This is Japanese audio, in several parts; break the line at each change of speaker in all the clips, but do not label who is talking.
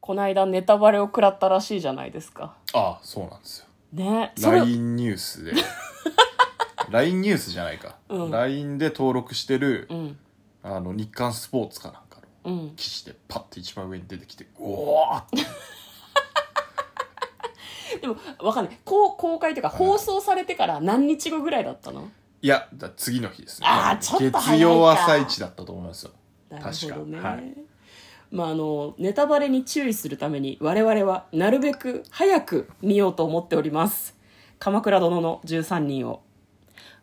この間ネタバレを食らったらしいじゃないですか。
ああそうなんですよ
ね。それ、
LINE ニュー スで LINE ニュースじゃないか、
うん
LINE で登録してる
うん、
あの日刊スポーツかなんかの
うん。
記事でパッて一番上に出てきてうおーって
でも、わかんない。こう公開というか、放送されてから何日後ぐらいだったの
いやだ次の日ですね
ああちょっと早いか
月曜朝一だったと思いますよ
なるほどね。
確かはい
まあ、あのネタバレに注意するために我々はなるべく早く見ようと思っております「鎌倉殿の13人を」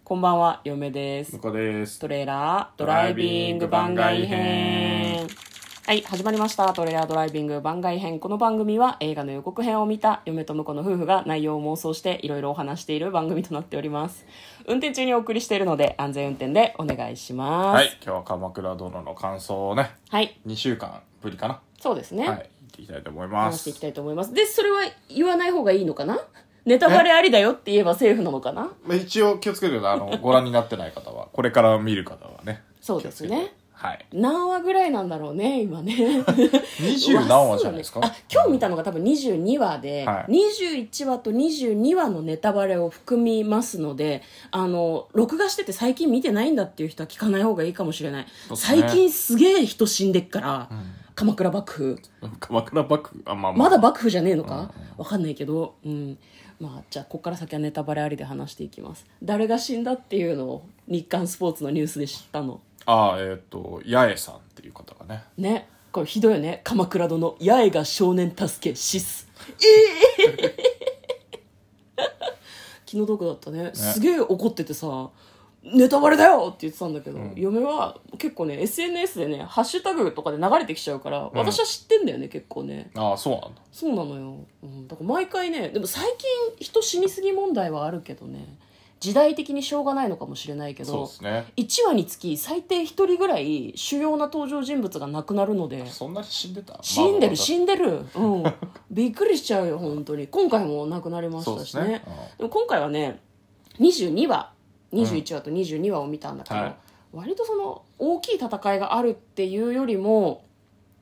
こんばんは嫁です
こです
トレーラードライビング番外編はい始まりました「トレーラードライビング番外編」この番組は映画の予告編を見た嫁と婿の夫婦が内容を妄想していろいろお話している番組となっております運転中にお送りしているので安全運転でお願いします
はい今日は鎌倉殿の感想をね
はい
2週間ぶりかな
そうですね、
はい言っていきたいと思いま
話し
す
ていきたいと思いますでそれは言わない方がいいのかなネタバレありだよって言えばセーフなのかな
まあ一応気をつけてくださいあのご覧になってない方はこれから見る方はね
そうですね
気をつけてはい
何話ぐらいなんだろうね今ね
20何話じゃないですか、
うわそうだねあ今日見たのが多分22話で、
は
21話と22話のネタバレを含みますのであの録画してて最近見てないんだっていう人は聞かない方がいいかもしれない、
そうっすね
最近すげえ人死んでっから、鎌倉幕府
鎌倉幕府あまあま
ま
あ
だ幕府じゃねえのか、わかんないけど、うん。まあ、じゃあ、ここから先はネタバレありで話していきます。誰が死んだっていうのを、日刊スポーツのニュースで知ったの。
ああえっ、と八重さんっていう方がね
ね。これひどいよね。鎌倉殿、八重が少年助け、死す。ええ気の毒だったね。すげえ怒っててさ、ネタバレだよって言ってたんだけど、嫁は結構ね、SNS でね、ハッシュタグとかで流れてきちゃうから、私は知ってんだよね、結構ね。
ああそうなんだ
そうなのよ、うん、だから毎回ねでも最近人死にすぎ問題はあるけどね時代的にしょうがないのかもしれないけ
そう
ど、
ですね
1話につき最低1人ぐらい主要な登場人物が亡くなるので
そんなに死んでた
死んでる
ん
死んでる、うん、 びっくりしちゃうよ本当に今回も亡くなりましたし
そう
ね
です
で
ねうん
も今回はね22話21話と22話を見たんだけど、
はい
割とその大きい戦いがあるっていうよりも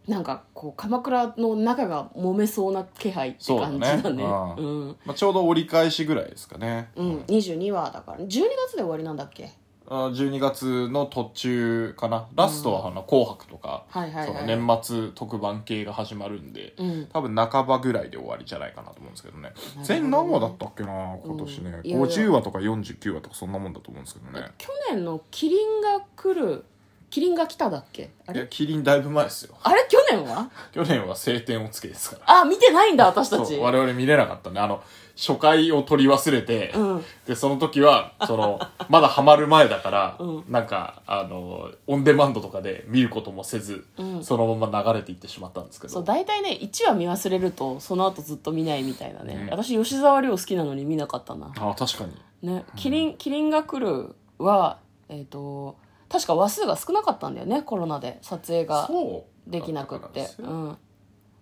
なんかこう鎌倉の中が揉めそうな気配って感じだ
そうだ
ね
ねう
うん
まあ、ちょうど折り返しぐらいですかね、
うん、22話だから12月で終わりなんだっけ
あ12月の途中かなラストはあの「紅白」とか、
はいはいはい
その年末特番系が始まるんで、
うん
多分半ばぐらいで終わりじゃないかなと思うんですけどね
ほどね
全何話だったっけな今年ね、
うんいろいろ
50話とか49話とかそんなもんだと思うんですけどね
去年の「キリンが来る」「キリンが来た」だっけあ
い
れ
やキリンだいぶ前ですよ
あれ去年は
去年は「晴天をつけ」ですから
あ見てないんだ私た
そ
ち
う我々見れなかったねあの初回を取り忘れて、
うん
でその時はその まだハマる前だから、
うん
なんかあのオンデマンドとかで見ることもせず、
うん
そのまま流れていってしまったんですけど
そう大体ね1話見忘れるとその後ずっと見ないみたいなね、
うん
私吉沢亮好きなのに見なかったな
あ確かに
ねキリン「キリンが来るは」えっ、と確か話数が少なかったんだよねコロナで撮影が
そう
できなくってう、
うん
ん、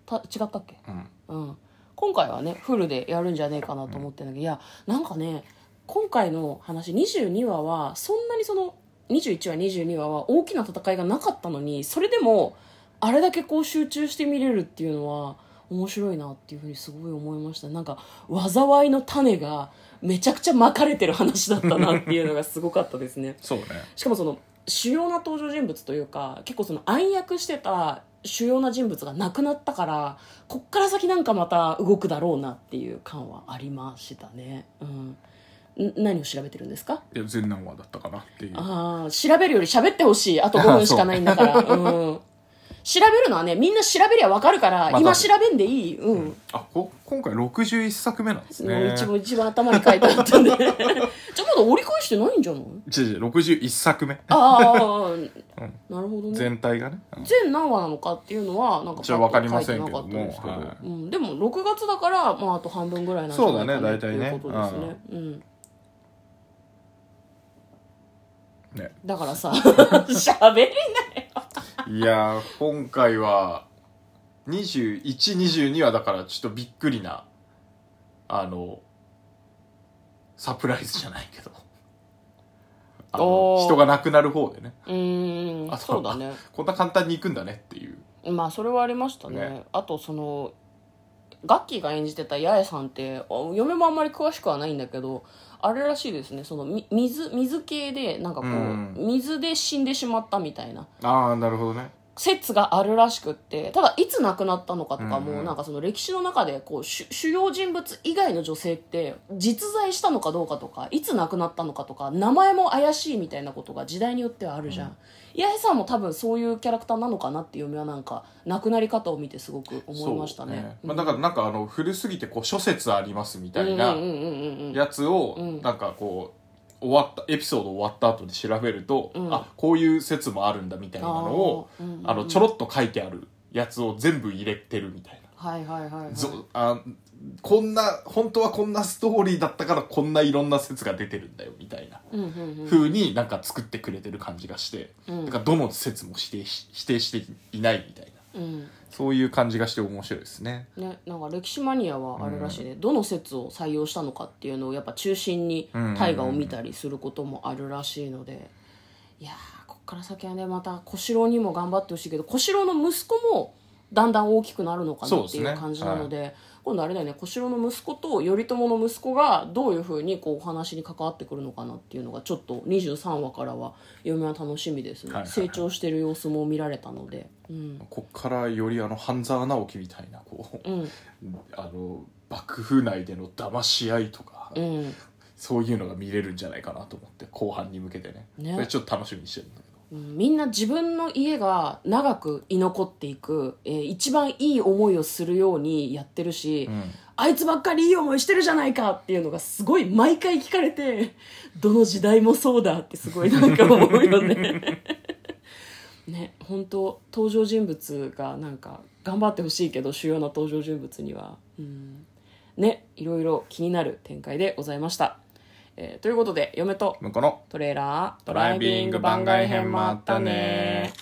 た違ったっけうん、今回はねフルでやるんじゃねえかなと思ってんだけど、いやなんかね今回の話22話はそんなにその21話22話は大きな戦いがなかったのにそれでもあれだけこう集中して見れるっていうのは面白いなっていうふうにすごい思いましたなんか災いの種がめちゃくちゃまかれてる話だったなっていうのがすごかったですね
そうね
しかもその主要な登場人物というか結構その暗躍してた主要な人物が亡くなったからこっから先なんかまた動くだろうなっていう感はありましたね、うん、ん何を調べてるんですか
いや全何話だったかなっていう
ああ調べるより喋ってほしいあと5分しかないんだ から、うん、調べるのはねみんな調べりゃ分かるから、
まあ
今
確
調べんでいい、うん
あこ今回61作目なんです
もう
ね
一番一番頭に書いてあったんで じゃあまだ折り返してないん じゃない
違う違う61作目
ああ、なるほどね
全体がね、うん
全何話なのかっていうのはなんか
一応わかりません
パ
け
ッと書
ど
いてな
も
かったんです
は
けどうん、でも6月だから、まあ、あと半分ぐらいなんじゃないか
そうだ
な
ね大体ね
っていうことですね、うん、
ね
だからさ 喋り
いやー今回は2122はだからちょっとびっくりなあのサプライズじゃないけどあの
おー
人が亡くなる方でね
うーん
あ
そうだね
こんな簡単に行くんだねっていう
まあそれはありましたね
ね
あとそのガッキーが演じてた八重さんってあ嫁もあんまり詳しくはないんだけどあれらしいですねそのみ水水系でなんかこう、
うん
水で死んでしまったみたいな
ああなるほどね
説があるらしくってただいつ亡くなったのかとかも、
うんうん
なんかその歴史の中でこう主主要人物以外の女性って実在したのかどうかとかいつ亡くなったのかとか名前も怪しいみたいなことが時代によってはあるじゃん、八重さんも多分そういうキャラクターなのかなっていう嫁はなんか亡くなり方を見てすごく思いました
そう
ね
まあ、だからなんかあの古すぎてこう諸説ありますみたい
うんう
なん
うんうんうんうん
やつを
うん
なんかこう終わったエピソード終わった後で調べると、
うん
あこういう説もあるんだみたいなのを
あーうんうんうん
あのちょろっと書いてあるやつを全部入れてるみたいな。
はいはいはい、はい、
ぞあこんな本当はこんなストーリーだったからこんないろんな説が出てるんだよみたいな
うんうん
風になんか作ってくれてる感じがして、
うん
だからどの説も否定し否定していないみたいな
うんうん
そういう感じがして面白いですね。
ね、なんか歴史マニアはあれらしいね、どの説を採用したのかっていうのをやっぱ中心に
うん
大河を見たりすることもあるらしいので、いやーこっから先はねまた小四郎にも頑張ってほしいけど小四郎の息子もだんだん大きくなるのかなってい
そうです
う
ね
感じなので今度あれだよね小四郎の息子と頼朝の息子がどういうふうにこうお話に関わってくるのかなっていうのがちょっと23話からは嫁は楽しみですね、
はいはいはい
成長してる様子も見られたので。うん
こっからよりあの半沢直樹みたいなこう、
うん
あの幕府内での騙し合いとか、
うん
そういうのが見れるんじゃないかなと思って後半に向けてね
ね
これちょっと楽しみにしてるんだけど
うんみんな自分の家が長く居残っていく、えー一番いい思いをするようにやってるし、
ん
あいつばっかりいい思いしてるじゃないかっていうのがすごい毎回聞かれて どの時代もそうだってすごいなんか思うよね。 ね本当登場人物がなんか頑張ってほしいけど主要な登場人物には。うんね、いろいろ気になる展開でございました。えーということで嫁と
向こうの
トレーラード
ドライビング番外編もあったね